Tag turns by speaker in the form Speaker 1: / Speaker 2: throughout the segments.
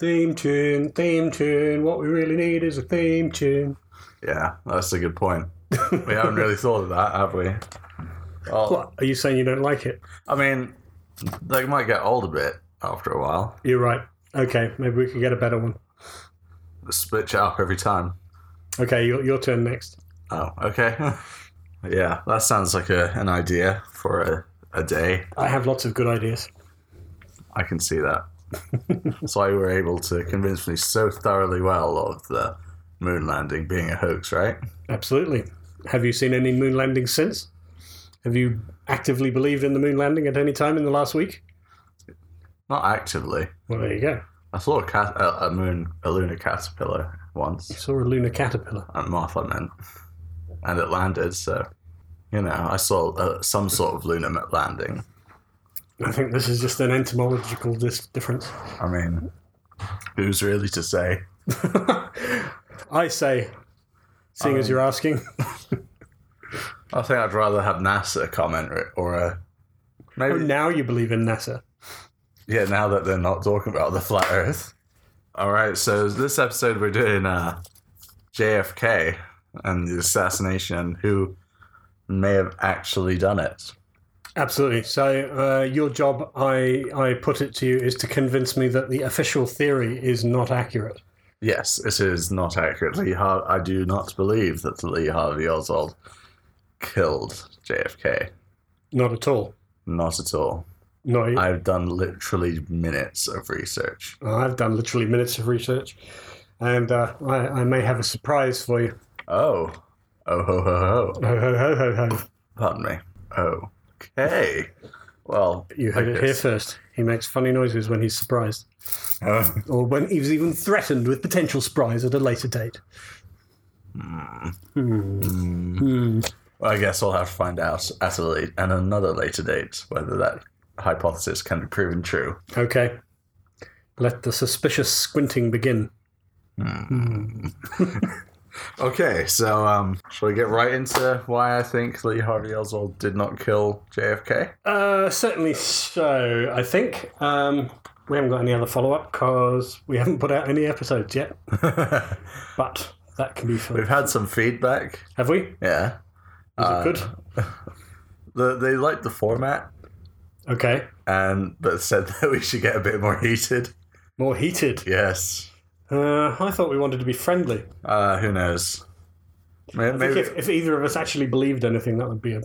Speaker 1: Theme tune, theme tune. What we really need is a theme tune.
Speaker 2: Yeah, that's a good point. we haven't really thought of that, have we? Well,
Speaker 1: What? Are you saying you don't like it?
Speaker 2: I mean, they might get old a bit after a while.
Speaker 1: You're right. Okay, maybe we could get a better one.
Speaker 2: Split it up every time.
Speaker 1: Okay, your, your turn next.
Speaker 2: Oh, okay. yeah, that sounds like a, an idea for a, a day.
Speaker 1: I have lots of good ideas.
Speaker 2: I can see that. That's why you were able to convince me so thoroughly well of the moon landing being a hoax, right?
Speaker 1: Absolutely. Have you seen any moon landings since? Have you actively believed in the moon landing at any time in the last week?
Speaker 2: Not actively.
Speaker 1: Well, there you go.
Speaker 2: I saw a, cat, a, a moon, a lunar caterpillar
Speaker 1: You
Speaker 2: once
Speaker 1: saw a lunar caterpillar.
Speaker 2: at Martha meant, and it landed. So, you know, I saw uh, some sort of lunar landing.
Speaker 1: I think this is just an entomological dis- difference.
Speaker 2: I mean, who's really to say?
Speaker 1: I say, seeing as
Speaker 2: Um,
Speaker 1: you're asking,
Speaker 2: I think I'd rather have NASA comment or- or a
Speaker 1: oh,
Speaker 2: maybe.
Speaker 1: now you believe in NASA.
Speaker 2: Yeah, now that they're not talking about the flat Earth. All right, so this episode we're doing uh, JFK and the assassination, who may have actually done it.
Speaker 1: Absolutely. So uh, your job, I I put it to you, is to convince me that the official theory is not accurate.
Speaker 2: Yes, it is not accurate. Lee Har- I do not believe that Lee Harvey Oswald killed JFK.
Speaker 1: Not at all.
Speaker 2: Not at all.
Speaker 1: No,
Speaker 2: I've done literally minutes of research.
Speaker 1: I've done literally minutes of research, and uh, I, I may have a surprise for you.
Speaker 2: Oh, oh ho ho ho!
Speaker 1: Ho, ho, ho, ho, ho.
Speaker 2: Pardon me. Oh, okay. Well,
Speaker 1: You
Speaker 2: I
Speaker 1: heard it here
Speaker 2: guess-
Speaker 1: first. He makes funny noises when he's surprised,
Speaker 2: Oh.
Speaker 1: or when he's even threatened with potential surprise at a later date. Hmm. Hmm.
Speaker 2: Well, I guess we'll have to find out at a late and another later date whether that hypothesis can be proven true.
Speaker 1: Okay. Let the suspicious squinting begin.
Speaker 2: Hmm. Okay, so um, shall we get right into why I think Lee Harvey Oswald did not kill JFK?
Speaker 1: Uh, certainly so, I think. Um, we haven't got any other follow up because we haven't put out any episodes yet, but that can be
Speaker 2: We've
Speaker 1: fun.
Speaker 2: had some feedback.
Speaker 1: Have we? Is
Speaker 2: Yeah,
Speaker 1: it good?
Speaker 2: the, they liked the format
Speaker 1: Okay.
Speaker 2: and but said that we should get a bit more heated.
Speaker 1: More heated.
Speaker 2: Yes.
Speaker 1: Uh, I thought we wanted to be friendly.
Speaker 2: Uh, who knows?
Speaker 1: I
Speaker 2: May-
Speaker 1: think
Speaker 2: Maybe,
Speaker 1: if, if either of us actually believed anything, that would be a.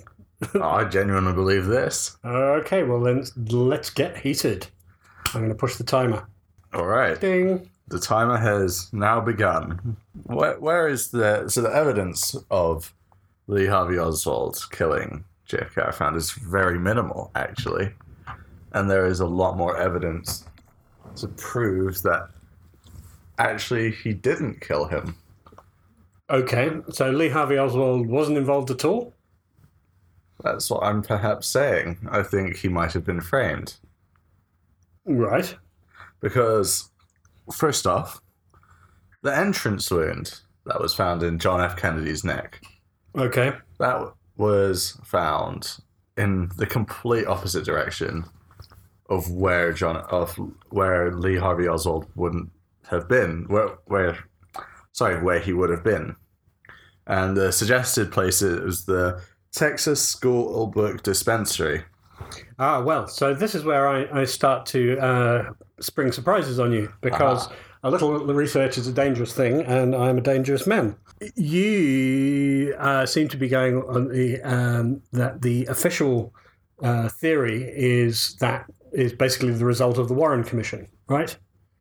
Speaker 2: Oh, I genuinely believe this.
Speaker 1: Okay, well then let's get heated. I'm going to push the timer.
Speaker 2: All right.
Speaker 1: Ding.
Speaker 2: The timer has now begun. Where, where is the so the evidence of Lee Harvey Oswald killing JFK? I found is very minimal actually, and there is a lot more evidence to prove that actually he didn't kill him.
Speaker 1: Okay, so Lee Harvey Oswald wasn't involved at all.
Speaker 2: That's what I'm perhaps saying. I think he might have been framed
Speaker 1: Right.
Speaker 2: because first off, the entrance wound that was found in John F. Kennedy's neck.
Speaker 1: Okay.
Speaker 2: That was found in the complete opposite direction of where John of where Lee Harvey Oswald wouldn't have been. Where where sorry, where he would have been. And the suggested place it was the Texas School Book Dispensary.
Speaker 1: Ah, well, so this is where I, I start to uh, spring surprises on you because a little research is a dangerous thing and I'm a dangerous man. You uh, seem to be going on the um, that the official uh, theory is that is basically the result of the Warren Commission, right?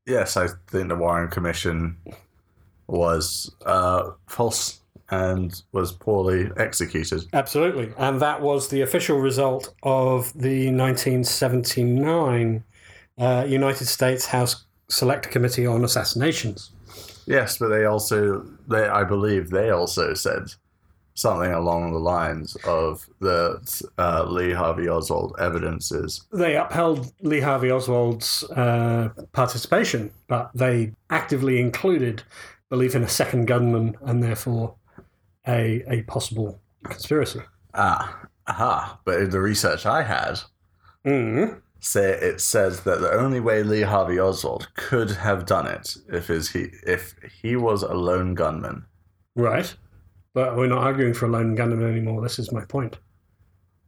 Speaker 2: Yes, I think the Warren Commission was uh, false and was poorly executed.
Speaker 1: Absolutely. And that was the official result of the 1979 uh, United States House Select Committee on Assassinations.
Speaker 2: Yes, but they also they I believe they also said something along the lines of that uh, Lee Harvey Oswald evidences.
Speaker 1: they upheld Lee Harvey Oswald's uh, participation, but they actively included belief in a second gunman and therefore a, a possible conspiracy.
Speaker 2: Ah, aha! But in the research I had,
Speaker 1: Mm.
Speaker 2: say it says that the only way Lee Harvey Oswald could have done it if is he if he was a lone gunman.
Speaker 1: Right. But we're not arguing for a lone gunman anymore. This is my point.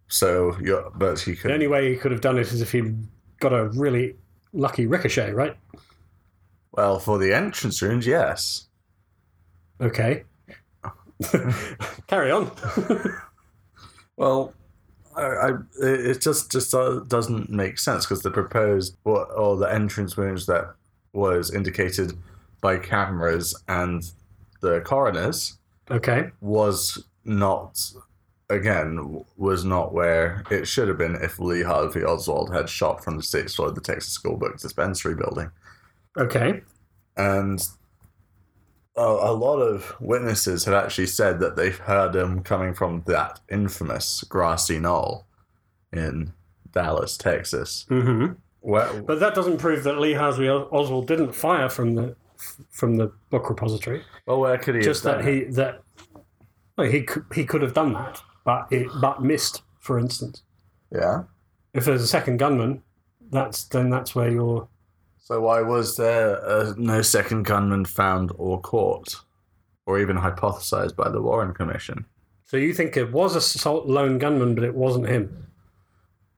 Speaker 2: So you're, but he could
Speaker 1: The only way he could have done it is if he got a really lucky ricochet, right?
Speaker 2: well for the entrance wound, yes.
Speaker 1: Okay. Carry on.
Speaker 2: Well, I, I it it just just uh, doesn't make sense because the proposed what or the entrance wounds that was indicated by cameras and the coroners
Speaker 1: okay.
Speaker 2: was not again was not where it should have been if Lee Harvey Oswald had shot from the sixth floor of the Texas Schoolbook Dispensary building,
Speaker 1: Okay.
Speaker 2: and a, a lot of witnesses have actually said that they've heard him coming from that infamous grassy knoll in Dallas, Texas.
Speaker 1: hmm
Speaker 2: Where,
Speaker 1: But that doesn't prove that Lee Harvey Oswald didn't fire from the from the book repository.
Speaker 2: well, where could he? have
Speaker 1: Just that
Speaker 2: done
Speaker 1: he that well, he could, he could have done that, but it, but missed, for instance.
Speaker 2: it? yeah.
Speaker 1: If there's a second gunman, that's then that's where you're.
Speaker 2: So why was there uh, no second gunman found or caught, or even hypothesized by the Warren Commission?
Speaker 1: So you think it was a sol- lone gunman, but it wasn't him.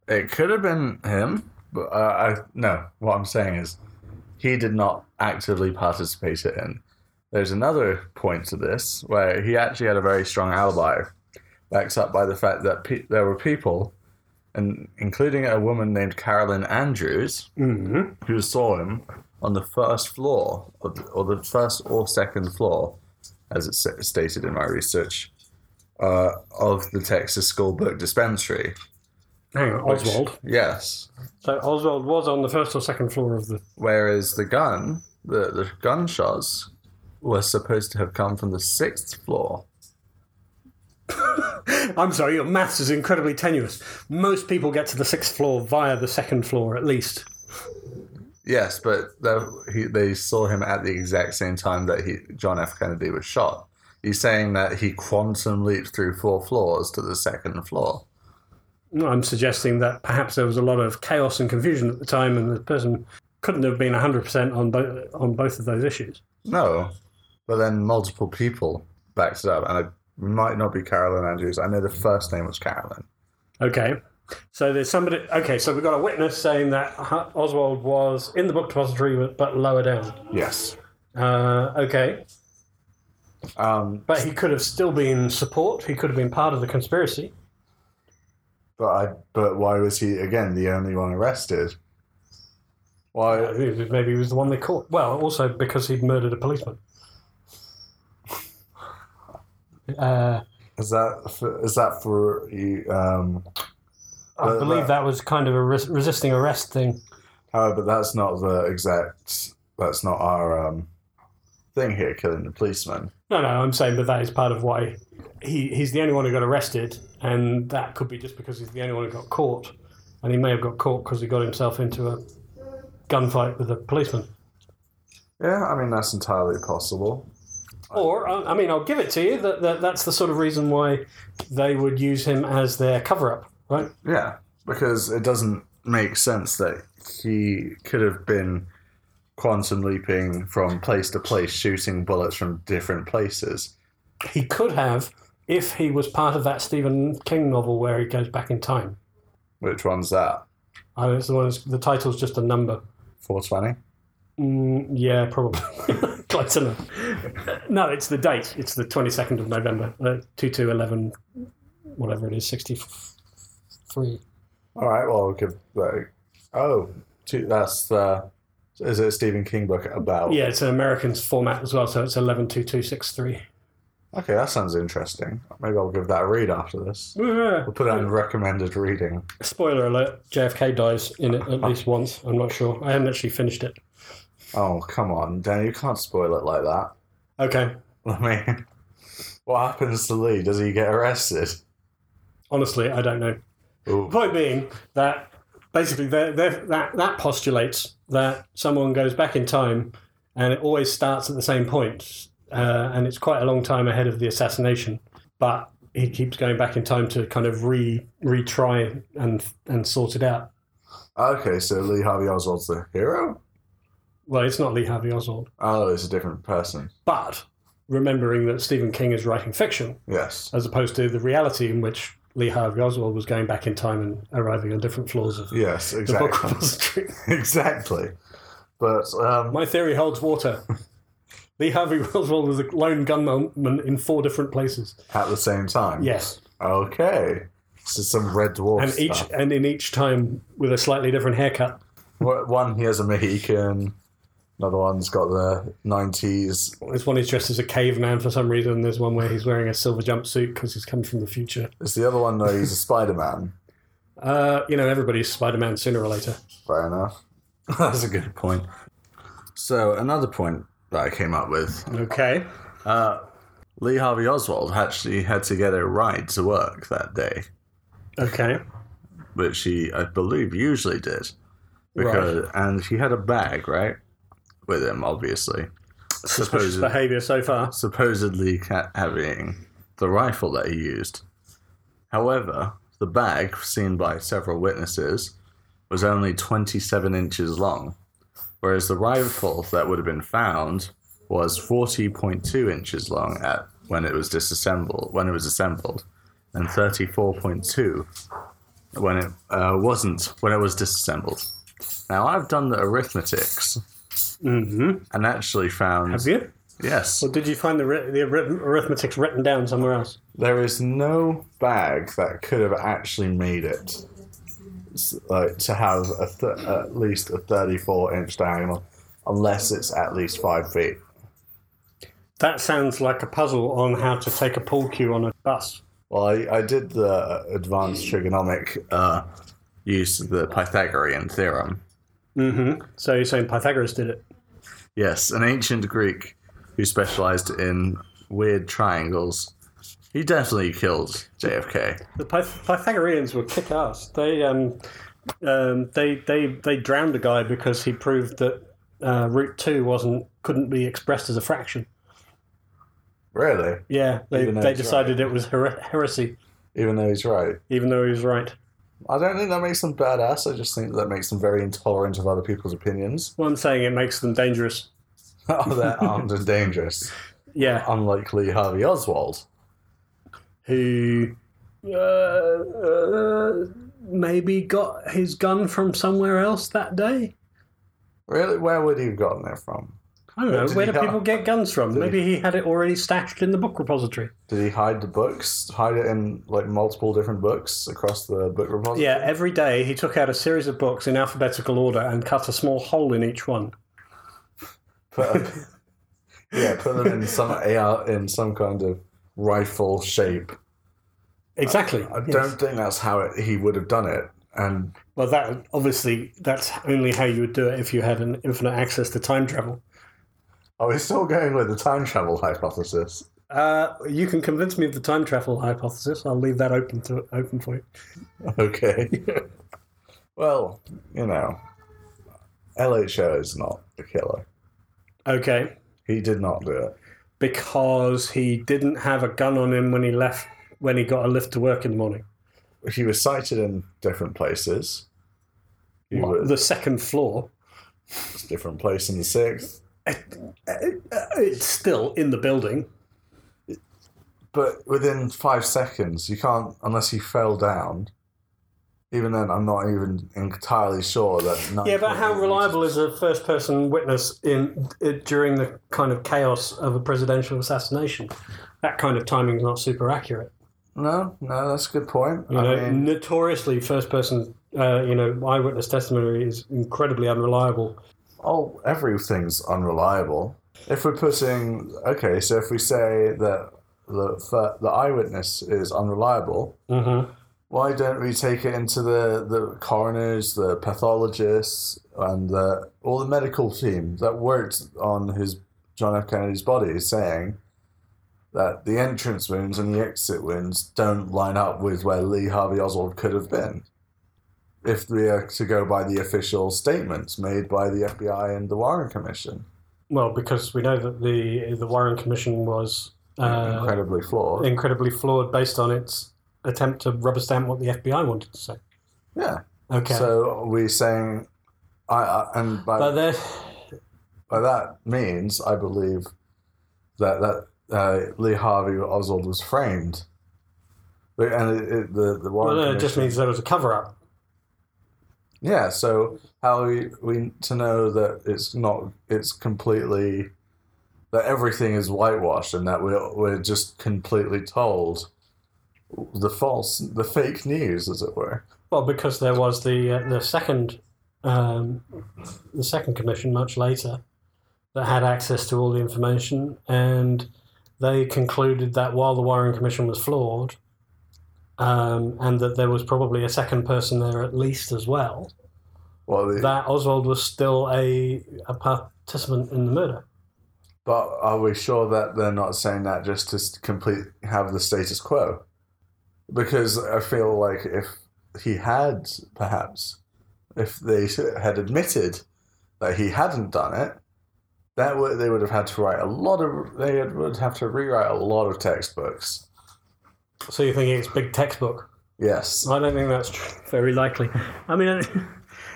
Speaker 2: It could have been him, but uh, I no. What I'm saying is, he did not actively participate in. There's another point to this where he actually had a very strong alibi, backed up by the fact that pe- there were people, and including a woman named Carolyn Andrews,
Speaker 1: Mm-hmm.
Speaker 2: who saw him on the first floor, or the, or the first or second floor, as it's s- stated in my research, uh, of the Texas Schoolbook Dispensary.
Speaker 1: Hang on,
Speaker 2: Which-
Speaker 1: Oswald.
Speaker 2: Yes.
Speaker 1: So Oswald was on the first or second floor of the.
Speaker 2: Whereas the gun, the, the gunshots, were supposed to have come from the sixth floor.
Speaker 1: I'm sorry, your maths is incredibly tenuous. Most people get to the sixth floor via the second floor, at least.
Speaker 2: Yes, but the, he, they saw him at the exact same time that he John F. Kennedy was shot. He's saying that he quantum leaped through four floors to the second floor.
Speaker 1: I'm suggesting that perhaps there was a lot of chaos and confusion at the time, and the person couldn't have been 100% on, bo- on both of those issues.
Speaker 2: No, but then multiple people backed it up, and it might not be Carolyn Andrews. I know the first name was Carolyn.
Speaker 1: Okay. So there's somebody. Okay, so we've got a witness saying that Ho- Oswald was in the book depository, but lower down.
Speaker 2: Yes.
Speaker 1: Uh, okay.
Speaker 2: Um,
Speaker 1: But he could have still been support, he could have been part of the conspiracy.
Speaker 2: but I, but why was he again the only one arrested? Why?
Speaker 1: Maybe Uh, he was the one they caught. Well, also because he'd murdered a policeman. Uh,
Speaker 2: Is that for, is that for you? Um,
Speaker 1: I
Speaker 2: But
Speaker 1: believe
Speaker 2: that-
Speaker 1: that was kind of a res- resisting arrest thing.
Speaker 2: however, that's not the exact. That's not our um, thing here. Killing the policeman.
Speaker 1: No, no, I'm saying, but that is part of why he, he's the only one who got arrested, and that could be just because he's the only one who got caught, and he may have got caught because he got himself into a gunfight with a policeman.
Speaker 2: Yeah, I mean that's entirely possible.
Speaker 1: Or, I I mean, I'll give it to you that, that that's the sort of reason why they would use him as their cover up, right?
Speaker 2: Yeah, because it doesn't make sense that he could have been quantum leaping from place to place, shooting bullets from different places.
Speaker 1: He could have if he was part of that Stephen King novel where he goes back in time.
Speaker 2: Which one's that?
Speaker 1: I mean, it's the one. That's, the title's just a number.
Speaker 2: 420?
Speaker 1: Mm, yeah, probably. Close enough. No, it's the date. It's the 22nd of November, uh, 2211, whatever it is, 63.
Speaker 2: All right, well, I'll give that. Oh, two, that's the. Is it a Stephen King book about?
Speaker 1: Yeah, it's an American format as well, so it's 112263.
Speaker 2: Okay, that sounds interesting. Maybe I'll give that a read after this. We'll put it on recommended reading.
Speaker 1: Spoiler alert JFK dies in it at least once. I'm not sure. I haven't actually finished it.
Speaker 2: Oh, come on, Danny, you can't spoil it like that.
Speaker 1: Okay.
Speaker 2: I mean, what happens to Lee? Does he get arrested?
Speaker 1: Honestly, I don't know.
Speaker 2: Ooh.
Speaker 1: The point being that basically they're, they're, that that postulates that someone goes back in time, and it always starts at the same point, uh, and it's quite a long time ahead of the assassination. But he keeps going back in time to kind of re retry and and sort it out.
Speaker 2: Okay, so Lee Harvey Oswald's the hero?
Speaker 1: Well, it's not Lee Harvey Oswald,
Speaker 2: Oh, it's a different person.
Speaker 1: but remembering that Stephen King is writing fiction
Speaker 2: Yes.
Speaker 1: as opposed to the reality in which Lee Harvey Oswald was going back in time and arriving on different floors of
Speaker 2: Yes,
Speaker 1: the book
Speaker 2: exactly.
Speaker 1: repository.
Speaker 2: exactly. But um,
Speaker 1: My theory holds water. Lee Harvey Oswald was a lone gunman in four different places.
Speaker 2: at the same time.
Speaker 1: Yes,
Speaker 2: Okay. So some red dwarf.
Speaker 1: and each
Speaker 2: stuff.
Speaker 1: and in each time with a slightly different haircut.
Speaker 2: Wh- one he has a Mohican. Another one's got the nineties.
Speaker 1: There's one he's dressed as a caveman for some reason. There's one where he's wearing a silver jumpsuit because he's come from the future.
Speaker 2: Is the other one no? He's a Spider Man.
Speaker 1: Uh, you know, everybody's Spider-Man sooner or later.
Speaker 2: Fair enough. That's a good point. So another point that I came up with:
Speaker 1: Okay.
Speaker 2: uh, Lee Harvey Oswald actually had to get a ride to work that day,
Speaker 1: Okay.
Speaker 2: which he, I believe, usually did. Because and he had a bag right with him, obviously.
Speaker 1: Suspicious
Speaker 2: Supposedly.
Speaker 1: behaviour so far.
Speaker 2: supposedly ca- having the rifle that he used. However, the bag, seen by several witnesses, was only 27 inches long, whereas the rifle that would have been found was 40.2 inches long at when it was disassembled, when it was assembled, and 34.2 when it uh, wasn't when it was disassembled. Now I've done the arithmetics
Speaker 1: hmm
Speaker 2: and actually found
Speaker 1: Have you?
Speaker 2: yes
Speaker 1: Or did you find the ri- the arith- arithmetic written down somewhere else?
Speaker 2: There is no bag that could have actually made it, s- like to have a th- at least a thirty-four inch diagonal, unless it's at least five feet.
Speaker 1: That sounds like a puzzle on how to take a pool cue on a bus.
Speaker 2: Well, I, I did the advanced trigonomic uh, use of the Pythagorean theorem.
Speaker 1: hmm So you're saying Pythagoras did it?
Speaker 2: Yes, an ancient Greek who specialized in weird triangles. He definitely killed JFK.
Speaker 1: The Pyth- Pythagoreans were kick ass. They um, um, they they they drowned a guy because he proved that uh, root two wasn't couldn't be expressed as a fraction.
Speaker 2: Really?
Speaker 1: Yeah, they,
Speaker 2: Even though
Speaker 1: they
Speaker 2: it's
Speaker 1: decided it was her- heresy,
Speaker 2: Even though he's right.
Speaker 1: even though he was right.
Speaker 2: I don't think that makes them badass. I just think that makes them very intolerant of other people's opinions.
Speaker 1: Well, I'm saying it makes them dangerous.
Speaker 2: oh, they're armed and dangerous.
Speaker 1: Yeah,
Speaker 2: Unlike Lee Harvey Oswald.
Speaker 1: who uh, uh, maybe got his gun from somewhere else that day.
Speaker 2: Really? Where would he have gotten that from?
Speaker 1: I don't
Speaker 2: Where
Speaker 1: know.
Speaker 2: did
Speaker 1: Where
Speaker 2: he
Speaker 1: do
Speaker 2: go?
Speaker 1: people get guns from?
Speaker 2: Did he-
Speaker 1: Maybe he had it already stashed in the book repository.
Speaker 2: Did he hide the books? Hide it in like multiple different books across the book repository?
Speaker 1: Yeah, every day he took out a series of books in alphabetical order and cut a small hole in each one.
Speaker 2: Put a- yeah, put them in some AR in some kind of rifle shape.
Speaker 1: Exactly.
Speaker 2: I
Speaker 1: yes.
Speaker 2: don't think that's how it, he would have done it. And
Speaker 1: Well, that obviously that's only how you would do it if you had an infinite access to time travel.
Speaker 2: oh, we're still going with the time travel hypothesis.
Speaker 1: Uh, you can convince me of the time travel hypothesis. I'll leave that open to open for you.
Speaker 2: Okay. well, you know, LHO is not the killer.
Speaker 1: Okay,
Speaker 2: He did not do it.
Speaker 1: because he didn't have a gun on him when he left when he got a lift to work in the morning.
Speaker 2: he was cited in different places. He
Speaker 1: What,
Speaker 2: was
Speaker 1: The second floor.
Speaker 2: a different place in the sixth.
Speaker 1: Uh, It's still in the building.
Speaker 2: But within five seconds, you can't unless he fell down. Even then, I'm not even entirely sure that. nine
Speaker 1: Yeah, but how
Speaker 2: point eight
Speaker 1: reliable
Speaker 2: meters-
Speaker 1: is a first-person witness in it, during the kind of chaos of a presidential assassination? That kind of timing is not super accurate.
Speaker 2: No, no, that's a good point.
Speaker 1: You know,
Speaker 2: I mean,
Speaker 1: notoriously, first-person, uh, you know, eyewitness testimony is incredibly unreliable.
Speaker 2: oh, everything's unreliable. If we're putting okay, so if we say that the fir- the eyewitness is unreliable,
Speaker 1: Mm-hmm.
Speaker 2: why don't we take it into the, the coroners, the pathologists, and the, all the medical team that worked on his John F. Kennedy's body, saying that the entrance wounds and the exit wounds don't line up with where Lee Harvey Oswald could have been, if we are to go by the official statements made by the FBI and the Warren Commission.
Speaker 1: Well, because we know that the the Warren Commission was uh,
Speaker 2: Incredibly flawed.
Speaker 1: incredibly flawed based on its attempt to rubber stamp what the FBI wanted to say.
Speaker 2: yeah.
Speaker 1: Okay.
Speaker 2: So we're saying, I, I and by,
Speaker 1: but there,
Speaker 2: by that means, I believe that that uh, Lee Harvey Oswald was framed. But- And it, it, the the
Speaker 1: well,
Speaker 2: Warren
Speaker 1: no, it just
Speaker 2: Commission-
Speaker 1: means there was a cover up.
Speaker 2: yeah. So how we we to know that it's not it's completely that everything is whitewashed and that we're we're just completely told the false the fake news as it were.
Speaker 1: Well, because there was the uh, the second um, the second commission much later that had access to all the information, and they concluded that while the Warren Commission was flawed, um, and that there was probably a second person there at least as well,
Speaker 2: Well, the,
Speaker 1: that Oswald was still a, a participant in the murder.
Speaker 2: But are we sure that they're not saying that just to s- complete have the status quo? Because I feel like if he had, perhaps, if they s- had admitted that he hadn't done it, that would they would have had to write a lot of they had- would have to rewrite a lot of textbooks.
Speaker 1: So you think it's big textbook?
Speaker 2: Yes,
Speaker 1: I don't think that's tr- very likely. I mean, I-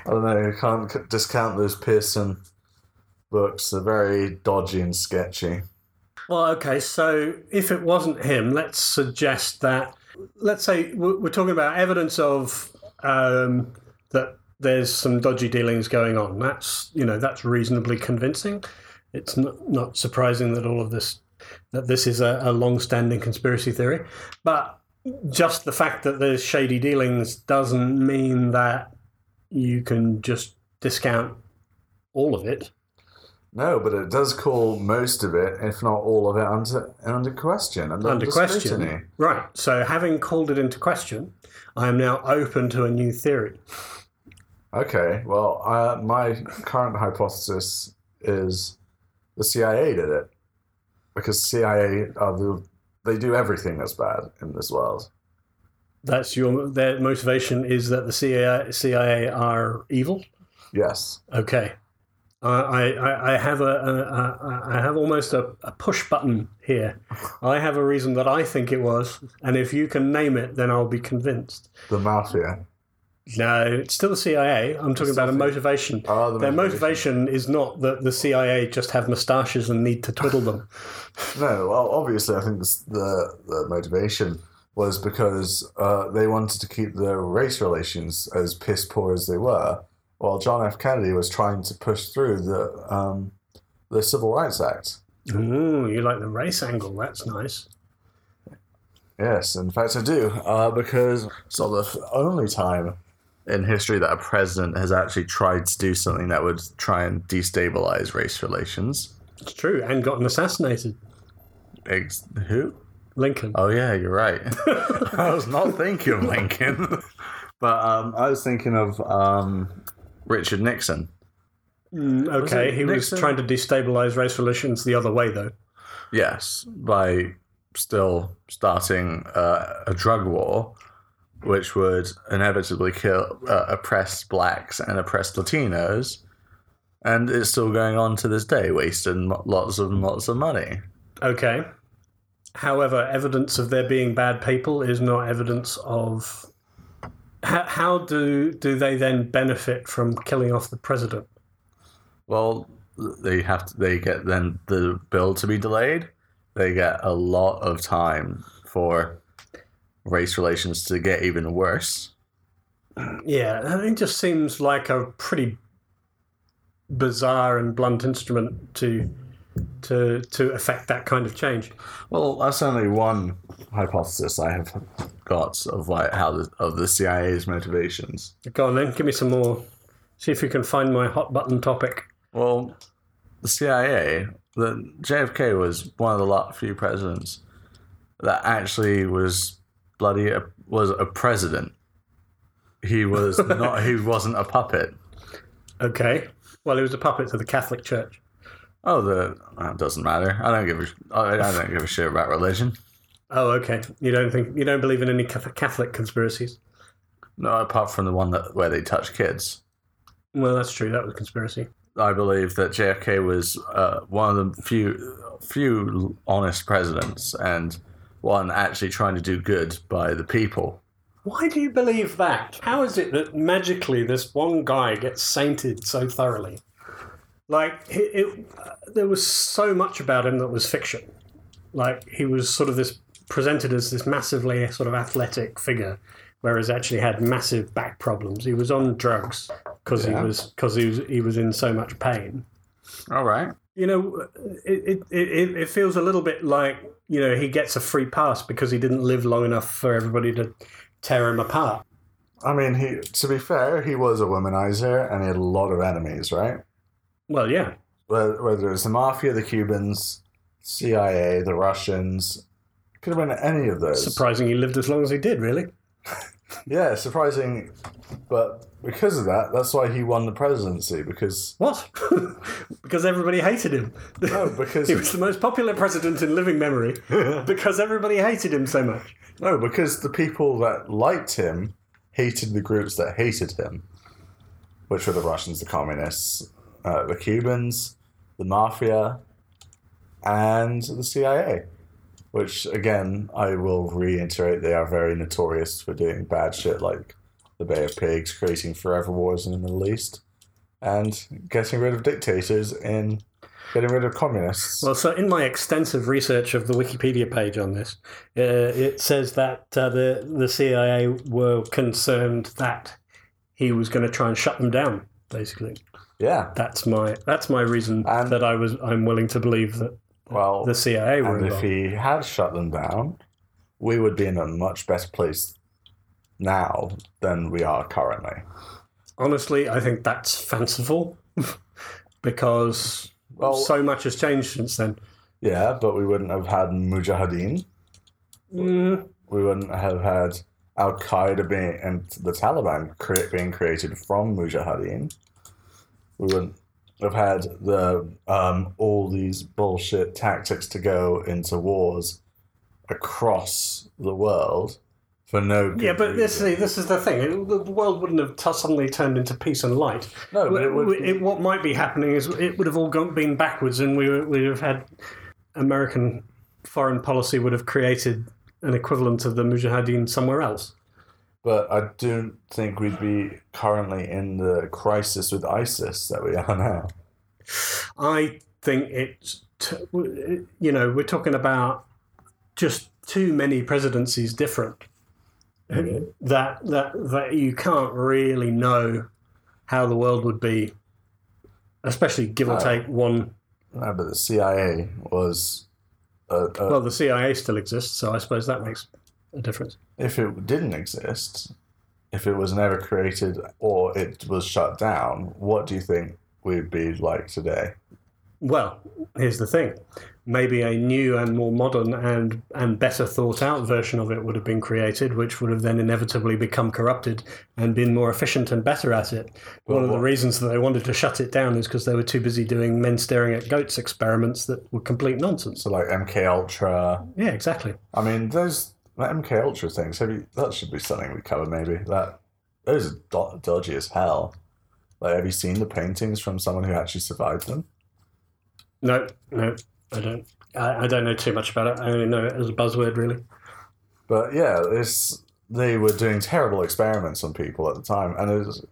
Speaker 2: I don't know. You can't c- discount those Pearson books. They're very dodgy and sketchy.
Speaker 1: Well, okay. So if it wasn't him, let's suggest that. Let's say we're we're talking about evidence of um, that there's some dodgy dealings going on. That's you know that's reasonably convincing. It's not, not surprising that all of this that this is a, a long-standing conspiracy theory, but just the fact that there's shady dealings doesn't mean that you can just discount all of it.
Speaker 2: No, but it does call most of it, if not all of it, under under question. Under,
Speaker 1: under
Speaker 2: scrutiny.
Speaker 1: question. Right. So, having called it into question, I am now open to a new theory.
Speaker 2: Okay. Well, uh, my current hypothesis is the CIA did it because CIA are the they do everything that's bad in this world.
Speaker 1: That's your their motivation is that the CIA, CIA are evil.
Speaker 2: Yes.
Speaker 1: Okay. I, I- I, I have a, a, a I have almost a, a push button here. I have a reason that I think it was, and if you can name it, then I'll be convinced.
Speaker 2: The mafia.
Speaker 1: No, it's still the CIA. I'm talking about a
Speaker 2: Something-
Speaker 1: motivation.
Speaker 2: Are the
Speaker 1: Their motivation is not that the CIA just have moustaches and need to twiddle them.
Speaker 2: No, well, obviously, I think this, the the motivation was because uh, they wanted to keep the race relations as piss poor as they were, while John F. Kennedy was trying to push through the um, the Civil Rights Act.
Speaker 1: Ooh, you like the race angle? That's nice.
Speaker 2: Yes, in fact, I do, uh, because it's not the f- only time in history that a president has actually tried to do something that would try and destabilize race relations.
Speaker 1: It's true, and gotten assassinated.
Speaker 2: Ex- who?
Speaker 1: Lincoln.
Speaker 2: Oh yeah, you're right. I was not thinking of Lincoln, but um, I was thinking of um, Richard Nixon.
Speaker 1: Mm, okay,
Speaker 2: it
Speaker 1: he was
Speaker 2: Nixon?
Speaker 1: trying to destabilize race relations the other way, though.
Speaker 2: Yes, by still starting uh, a drug war, which would inevitably kill uh, oppressed blacks and oppressed Latinos, and it's still going on to this day, wasting lo- lots and lots of money.
Speaker 1: Okay. However, evidence of there being bad people is not evidence of. How, how do do they then benefit from killing off the president?
Speaker 2: Well, they have to. They get then the bill to be delayed. They get a lot of time for race relations to get even worse.
Speaker 1: Yeah, I mean, it just seems like a pretty bizarre and blunt instrument to to to affect that kind of change.
Speaker 2: Well, that's only one hypothesis I have got of like how the, of the CIA's motivations.
Speaker 1: Go on then, give me some more. See if you can find my hot button topic.
Speaker 2: Well, the CIA, the JFK was one of the lot few presidents that actually was bloody a, was a president. He was not. He wasn't a puppet.
Speaker 1: Okay. Well, he was a puppet to the Catholic Church.
Speaker 2: Oh, the that doesn't matter. I don't give a. I I don't give a shit about religion.
Speaker 1: Oh, okay. You don't think you don't believe in any Cath- Catholic conspiracies?
Speaker 2: No, apart from the one that where they touch kids.
Speaker 1: Well, that's true. That was a conspiracy.
Speaker 2: I believe that JFK was uh, one of the few few honest presidents and one actually trying to do good by the people.
Speaker 1: Why do you believe that? How is it that magically this one guy gets sainted so thoroughly? Like, it, it, uh, there was so much about him that was fiction. Like, he was sort of this presented as this massively sort of athletic figure, whereas actually had massive back problems. He was on drugs because
Speaker 2: Yeah.
Speaker 1: he was because he was he was in so much pain
Speaker 2: All right.
Speaker 1: you know, it, it, it, it feels a little bit like, you know, he gets a free pass because he didn't live long enough for everybody to tear him apart.
Speaker 2: I mean, he to be fair, he was a womanizer and he had a lot of enemies, right?
Speaker 1: Well, yeah.
Speaker 2: Whether whether it was the mafia, the Cubans, CIA, the Russians, could have been any of those.
Speaker 1: Surprising he lived as long as he did, really.
Speaker 2: Yeah, surprising, but because of that, that's why he won the presidency. Because
Speaker 1: What? because everybody hated him.
Speaker 2: no, because
Speaker 1: he was the most popular president in living memory because everybody hated him so much.
Speaker 2: No, because the people that liked him hated the groups that hated him, which were the Russians, the communists, uh, the Cubans, the mafia, and the CIA, which, again, I will reiterate, they are very notorious for doing bad shit like the Bay of Pigs, creating forever wars in the Middle East, and getting rid of dictators in. Getting rid of communists.
Speaker 1: Well, so in my extensive research of the Wikipedia page on this, uh, it says that uh, the the CIA were concerned that he was going to try and shut them down. Basically,
Speaker 2: yeah.
Speaker 1: that's my that's my reason
Speaker 2: And-
Speaker 1: that I was I'm willing to believe that
Speaker 2: Well,
Speaker 1: the CIA were
Speaker 2: And if
Speaker 1: involved.
Speaker 2: he had shut them down, we would be in a much better place now than we are currently.
Speaker 1: Honestly, I think that's fanciful because
Speaker 2: Well,
Speaker 1: so much has changed since then.
Speaker 2: yeah, but we wouldn't have had Mujahideen.
Speaker 1: Mm,
Speaker 2: We wouldn't have had Al Qaeda being and the Taliban cre- being created from Mujahideen. We wouldn't have had the um, all these bullshit tactics to go into wars across the world for no. Good
Speaker 1: yeah, but this
Speaker 2: reason.
Speaker 1: is this is the thing. It- the world wouldn't have t- suddenly turned into peace and light
Speaker 2: no, Oh, but it would
Speaker 1: W- it- what might be happening is it would have all gone, been backwards, and we would have had American foreign policy would have created an equivalent of the Mujahideen somewhere else.
Speaker 2: But I don't think we'd be currently in the crisis with ISIS that we are now.
Speaker 1: I think it's t- w- you know we're talking about just too many presidencies different that that that you can't really know how the world would be, especially give or
Speaker 2: No.
Speaker 1: take one.
Speaker 2: No, but the CIA was. Uh, uh,
Speaker 1: Well, the CIA still exists, so I suppose that makes a difference.
Speaker 2: if it didn't exist, if it was never created or it was shut down, what do you think we'd be like today?
Speaker 1: Well, here's the thing. Maybe a new and more modern and, and better thought out version of it would have been created, which would have then inevitably become corrupted and been more efficient and better at it. One of the
Speaker 2: Well,
Speaker 1: reasons that they wanted to shut it down is because they were too busy doing men staring at goats experiments that were complete nonsense.
Speaker 2: So like MK Ultra.
Speaker 1: Yeah, exactly.
Speaker 2: I mean, those that MK Ultra things. Have you, that should be something we cover maybe. That those are do- dodgy as hell. Like, have you seen the paintings from someone who actually survived them?
Speaker 1: No, no, I don't. I, I don't know too much about it. I only know it as a buzzword, really.
Speaker 2: But yeah, this they were doing terrible experiments on people at the time, and is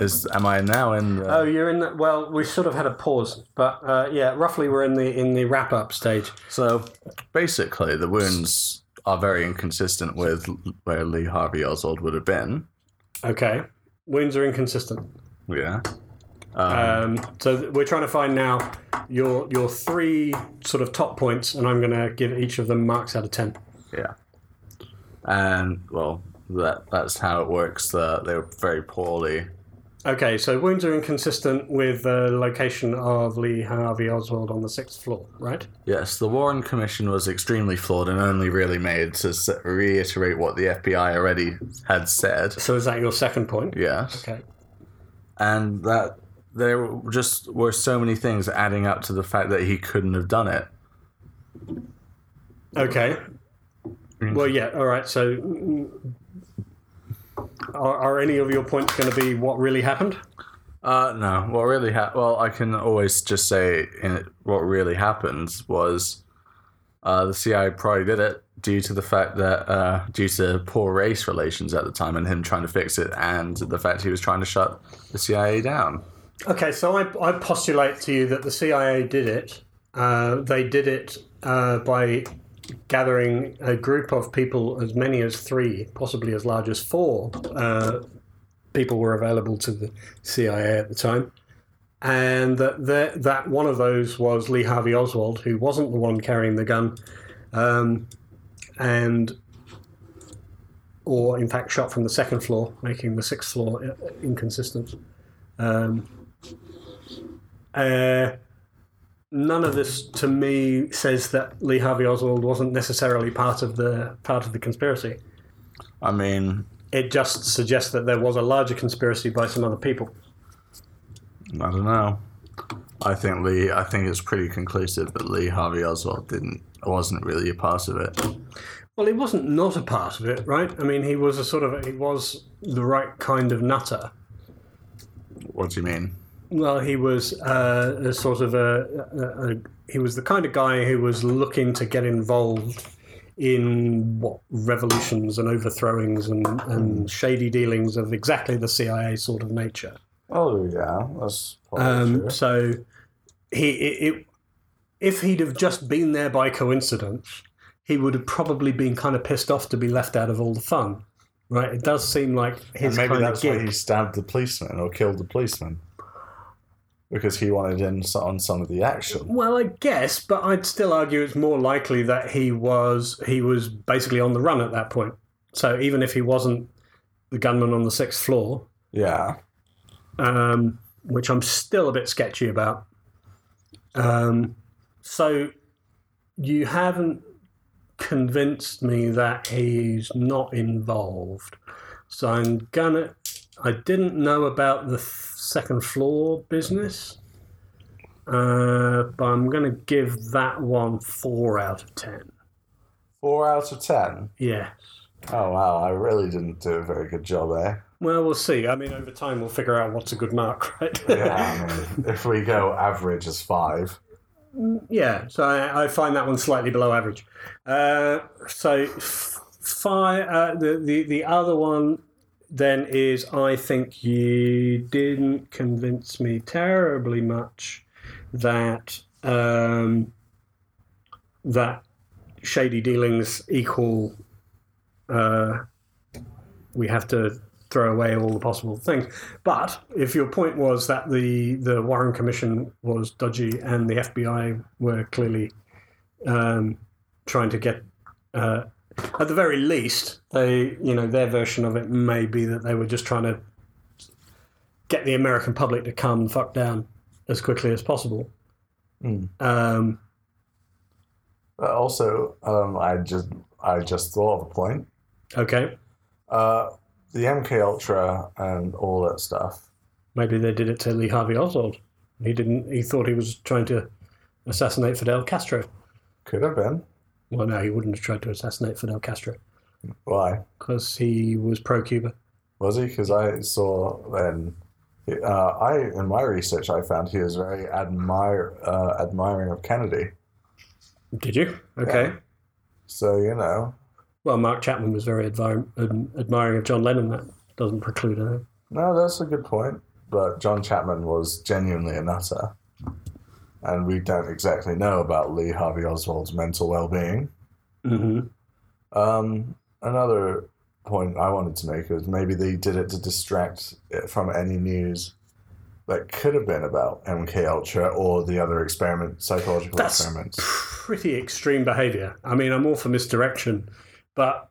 Speaker 2: is am I now in? The,
Speaker 1: Oh, you're in. The, well, we sort of had a pause, but uh, yeah, roughly we're in the in the wrap up stage.
Speaker 2: so basically, the wounds are very inconsistent with where Lee Harvey Oswald would have been.
Speaker 1: Okay, wounds are inconsistent.
Speaker 2: Yeah. Um,
Speaker 1: Um, so th- we're trying to find now your your three sort of top points, and I'm going to give each of them marks out of ten.
Speaker 2: yeah. And well, that that's how it works. That they were very poorly.
Speaker 1: Okay, so wounds are inconsistent with the location of Lee Harvey Oswald on the sixth floor, right?
Speaker 2: Yes, the Warren Commission was extremely flawed and only really made to s- reiterate what the FBI already had said.
Speaker 1: So is that your second point?
Speaker 2: Yes.
Speaker 1: Okay.
Speaker 2: and that there just were so many things adding up to the fact that he couldn't have done it.
Speaker 1: Okay. Well, yeah. All right. So, mm, are, are any of your points going to be what really happened?
Speaker 2: Uh, no. What really happened? Well, I can always just say in what really happened was Uh, the CIA probably did it due to the fact that uh, due to poor race relations at the time and him trying to fix it, and the fact he was trying to shut the CIA down.
Speaker 1: Okay, so I, I postulate to you that the CIA did it. Uh, they did it uh, by gathering a group of people, as many as three, possibly as large as four uh, people were available to the CIA at the time. And that, that, that one of those was Lee Harvey Oswald, who wasn't the one carrying the gun, um, and or in fact shot from the second floor, making the sixth floor i- inconsistent. Um, uh, none of this to me says that Lee Harvey Oswald wasn't necessarily part of the part of the conspiracy.
Speaker 2: I mean,
Speaker 1: It just suggests that there was a larger conspiracy by some other people.
Speaker 2: I don't know. I think Lee. I think it's pretty conclusive that Lee Harvey Oswald didn't wasn't really a part of it.
Speaker 1: Well, he wasn't not a part of it, right? I mean, he was a sort of he was the right kind of nutter.
Speaker 2: What do you mean?
Speaker 1: Well, he was uh, a sort of a, a, a he was the kind of guy who was looking to get involved in what revolutions and overthrowings and,
Speaker 2: Hmm.
Speaker 1: and shady dealings of exactly the CIA sort of nature.
Speaker 2: Oh yeah, that's
Speaker 1: Um, so he it, it, if he'd have just been there by coincidence, he would have probably been kind of pissed off to be left out of all the fun, right? It does seem like his
Speaker 2: maybe
Speaker 1: kind
Speaker 2: that's
Speaker 1: of
Speaker 2: why
Speaker 1: gig.
Speaker 2: he stabbed the policeman or killed the policeman because he wanted in so- on some of the action.
Speaker 1: Well, I guess, but I'd still argue it's more likely that he was he was basically on the run at that point. So even if he wasn't the gunman on the sixth floor,
Speaker 2: Yeah,
Speaker 1: um, which I'm still a bit sketchy about. Um, so you haven't convinced me that he's not involved. So I'm gonna. I didn't know about the th- second floor business, uh, but I'm gonna give that one four out of ten.
Speaker 2: four out of ten.
Speaker 1: Yeah.
Speaker 2: Oh wow, I really didn't do a very good job there.
Speaker 1: Well, we'll see. I mean, over time we'll figure out what's a good mark, right?
Speaker 2: Yeah, I mean, if we go average as five,
Speaker 1: Yeah, so I, I find that one slightly below average. Uh, so f- fi uh, the, the the other one then is I think you didn't convince me terribly much that um, that shady dealings equal uh, we have to throw away all the possible things. But if your point was that the the Warren Commission was dodgy and the FBI were clearly um, trying to get, uh, at the very least, they you know their version of it may be that they were just trying to get the American public to calm the fuck down as quickly as possible.
Speaker 2: Hmm.
Speaker 1: Um,
Speaker 2: but also um, I just I just thought of a point.
Speaker 1: okay,
Speaker 2: Uh, the MK Ultra and all that stuff.
Speaker 1: maybe they did it to Lee Harvey Oswald. He didn't. He thought he was trying to assassinate Fidel Castro.
Speaker 2: Could have been.
Speaker 1: Well, no, he wouldn't have tried to assassinate Fidel Castro
Speaker 2: Why?
Speaker 1: because he was pro Cuba.
Speaker 2: Was he? Because I saw then. Uh, I in my research I found he was very admire uh, admiring of Kennedy.
Speaker 1: Did you? Okay.
Speaker 2: So you know,
Speaker 1: Well, Mark Chapman was very advir- ad- admiring of John Lennon. That doesn't preclude anything.
Speaker 2: no, that's a good point. But John Chapman was genuinely a nutter, and we don't exactly know about Lee Harvey Oswald's mental well-being.
Speaker 1: Mm-hmm.
Speaker 2: Um, another point I wanted to make was maybe they did it to distract it from any news that could have been about MK Ultra or the other experiment, psychological
Speaker 1: That's-
Speaker 2: experiments.
Speaker 1: Pretty extreme behaviour. I mean, I'm all for misdirection, but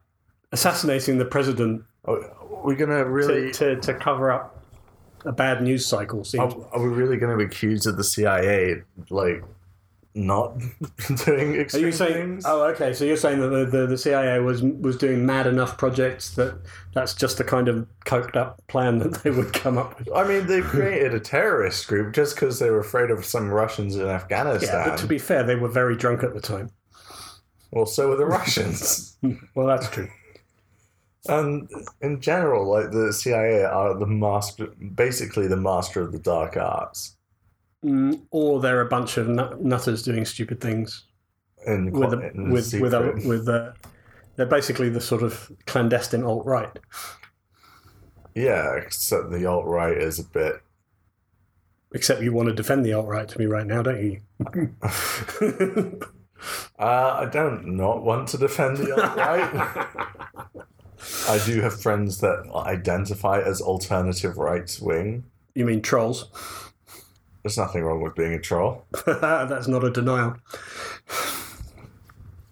Speaker 1: assassinating the president
Speaker 2: Are we gonna really?
Speaker 1: to, to, to cover up a bad news cycle seems.
Speaker 2: Are, are we really gonna be accused of the CIA like not doing
Speaker 1: Are
Speaker 2: extreme
Speaker 1: you saying?
Speaker 2: things?
Speaker 1: Oh, okay. So you're saying that the, the, the CIA was was doing mad enough projects that that's just the kind of coked up plan that they would come up with.
Speaker 2: I mean, they created a terrorist group just because they were afraid of some Russians in
Speaker 1: Yeah,
Speaker 2: Afghanistan.
Speaker 1: but to be fair, they were very drunk at the time.
Speaker 2: well, so were the Russians.
Speaker 1: Well, that's true.
Speaker 2: And in general, like the CIA are the master, basically the master of the dark arts.
Speaker 1: Mm, or they're a bunch of nut- nutters doing stupid things.
Speaker 2: in,
Speaker 1: with
Speaker 2: in
Speaker 1: a, with with a,
Speaker 2: secret.
Speaker 1: with a, they're basically the sort of clandestine alt right.
Speaker 2: yeah, except the alt right is a bit.
Speaker 1: Except you want to defend the alt right to me right now, don't you?
Speaker 2: Uh, I don't not want to defend the alt right. I do have friends that identify as alternative right wing.
Speaker 1: you mean trolls?
Speaker 2: There's nothing wrong with being a troll.
Speaker 1: That's not a denial.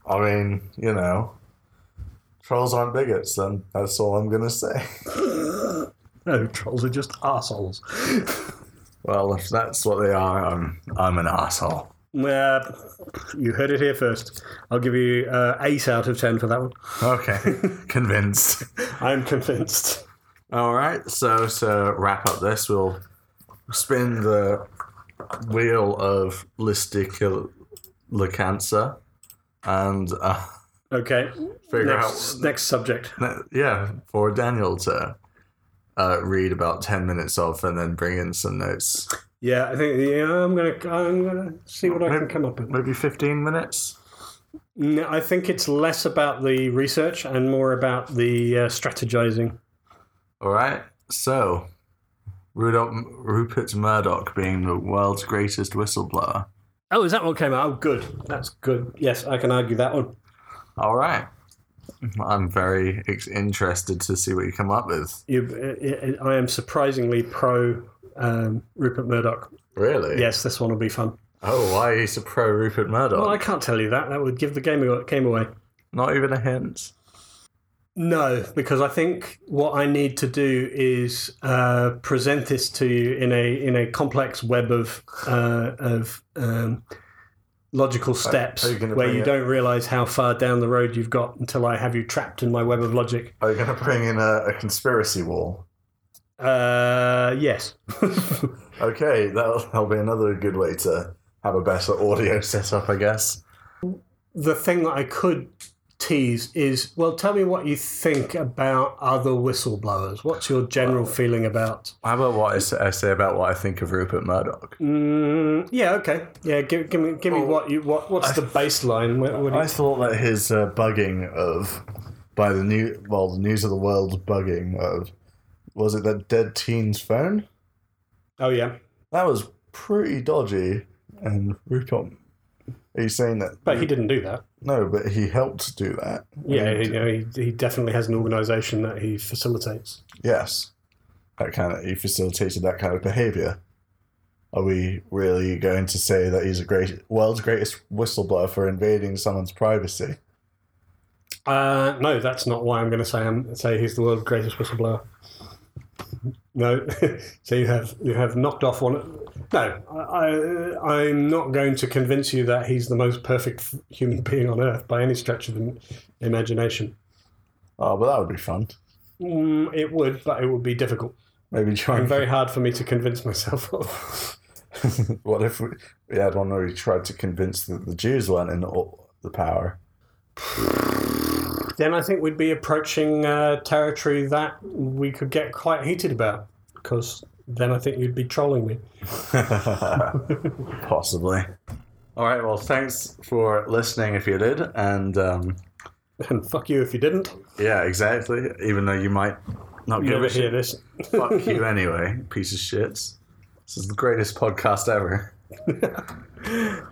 Speaker 2: I mean, you know, trolls aren't bigots, then that's all I'm going to say.
Speaker 1: No, trolls are just assholes.
Speaker 2: Well, if that's what they are, I'm, I'm an asshole.
Speaker 1: Uh, you heard it here first. I'll give you uh, eight out of ten for that one.
Speaker 2: Okay, convinced.
Speaker 1: I'm convinced.
Speaker 2: All right, so to wrap up this, we'll spin the wheel of listicula cancer and uh,
Speaker 1: Okay.
Speaker 2: figure
Speaker 1: Next,
Speaker 2: out.
Speaker 1: next subject.
Speaker 2: Ne- yeah, for Daniel to uh, read about 10 minutes of and then bring in some notes.
Speaker 1: Yeah, I think yeah, I'm gonna I'm gonna see what I can come up with.
Speaker 2: Maybe 15 minutes?
Speaker 1: No, I think it's less about the research and more about the uh, strategizing.
Speaker 2: All right. So, Rudolph, Rupert Murdoch being the world's greatest whistleblower.
Speaker 1: Oh, is that what came out? Oh, good. That's good. Yes, I can argue that one.
Speaker 2: All right. I'm very ex- interested to see what you come up with.
Speaker 1: You, uh, I- I I am surprisingly pro um, Rupert Murdoch.
Speaker 2: Really?
Speaker 1: Yes, this one will be fun.
Speaker 2: Oh, why are you so pro Rupert Murdoch?
Speaker 1: Well, I can't tell you that. That would give the game awa- game away.
Speaker 2: Not even a hint.
Speaker 1: No, because I think what I need to do is uh, present this to you in a in a complex web of uh, of um, logical steps
Speaker 2: are you gonna
Speaker 1: where
Speaker 2: bring
Speaker 1: you
Speaker 2: it-
Speaker 1: don't realize how far down the road you've got until I have you trapped in my web of logic.
Speaker 2: Are you going to bring in a, a conspiracy wall?
Speaker 1: Uh, yes.
Speaker 2: Okay, that'll, that'll be another good way to have a better audio setup, I guess.
Speaker 1: the thing that I could tease is well, tell me what you think about other whistleblowers. What's your general
Speaker 2: Uh,
Speaker 1: feeling about?
Speaker 2: How about what I say, I say about what I think of Rupert Murdoch?
Speaker 1: Mm, yeah, okay. Yeah, give, give me give me
Speaker 2: Well,
Speaker 1: what you what what's the baseline? What, what do you-
Speaker 2: I thought that his uh, bugging of by the new well the news of the world bugging of was it that dead teen's phone
Speaker 1: oh yeah,
Speaker 2: that was pretty dodgy and Rupert he's saying that
Speaker 1: but he didn't do that.
Speaker 2: no but he helped do that
Speaker 1: Yeah,
Speaker 2: And-
Speaker 1: you know, he, he definitely has an organisation that he facilitates.
Speaker 2: yes that kind of he facilitated that kind of behavior are we really going to say that he's a great world's greatest whistleblower for invading someone's privacy
Speaker 1: Uh, no, that's not why I'm going to say I'm say he's the world's greatest whistleblower. No, so you have you have knocked off one. No, I, I I'm not going to convince you that he's the most perfect f- human being on earth by any stretch of the m- imagination.
Speaker 2: oh but that would be fun
Speaker 1: Mm, it would, but it would be difficult
Speaker 2: maybe try
Speaker 1: and
Speaker 2: and
Speaker 1: very hard for me to convince myself of.
Speaker 2: what if we, we had one where we tried to convince that the Jews weren't in all the power?
Speaker 1: then I think we'd be approaching uh, territory that we could get quite heated about because then I think you'd be trolling me.
Speaker 2: Possibly. All right. Well, thanks for listening if you did. And um,
Speaker 1: And fuck you if you didn't.
Speaker 2: yeah, exactly. Even though you might not
Speaker 1: You
Speaker 2: give
Speaker 1: never
Speaker 2: a
Speaker 1: hear
Speaker 2: shit.
Speaker 1: this.
Speaker 2: Fuck you anyway, piece of shit. This is the greatest podcast ever.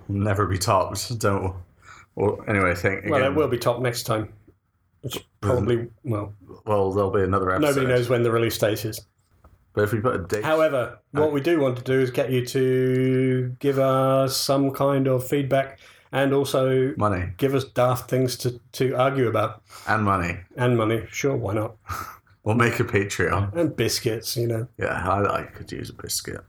Speaker 2: Never be topped. Don't. Well, anyway, thank again.
Speaker 1: Well, it will be top next time. It's probably well.
Speaker 2: Well, there'll be another episode.
Speaker 1: Nobody knows when the release date is.
Speaker 2: But if we put a date,
Speaker 1: However, what we do want to do is get you to give us some kind of feedback and also
Speaker 2: money
Speaker 1: give us daft things to, to argue about
Speaker 2: and money,
Speaker 1: and money. Sure, why not?
Speaker 2: we'll make a Patreon.
Speaker 1: And biscuits, you know.
Speaker 2: Yeah, I, I could use a biscuit.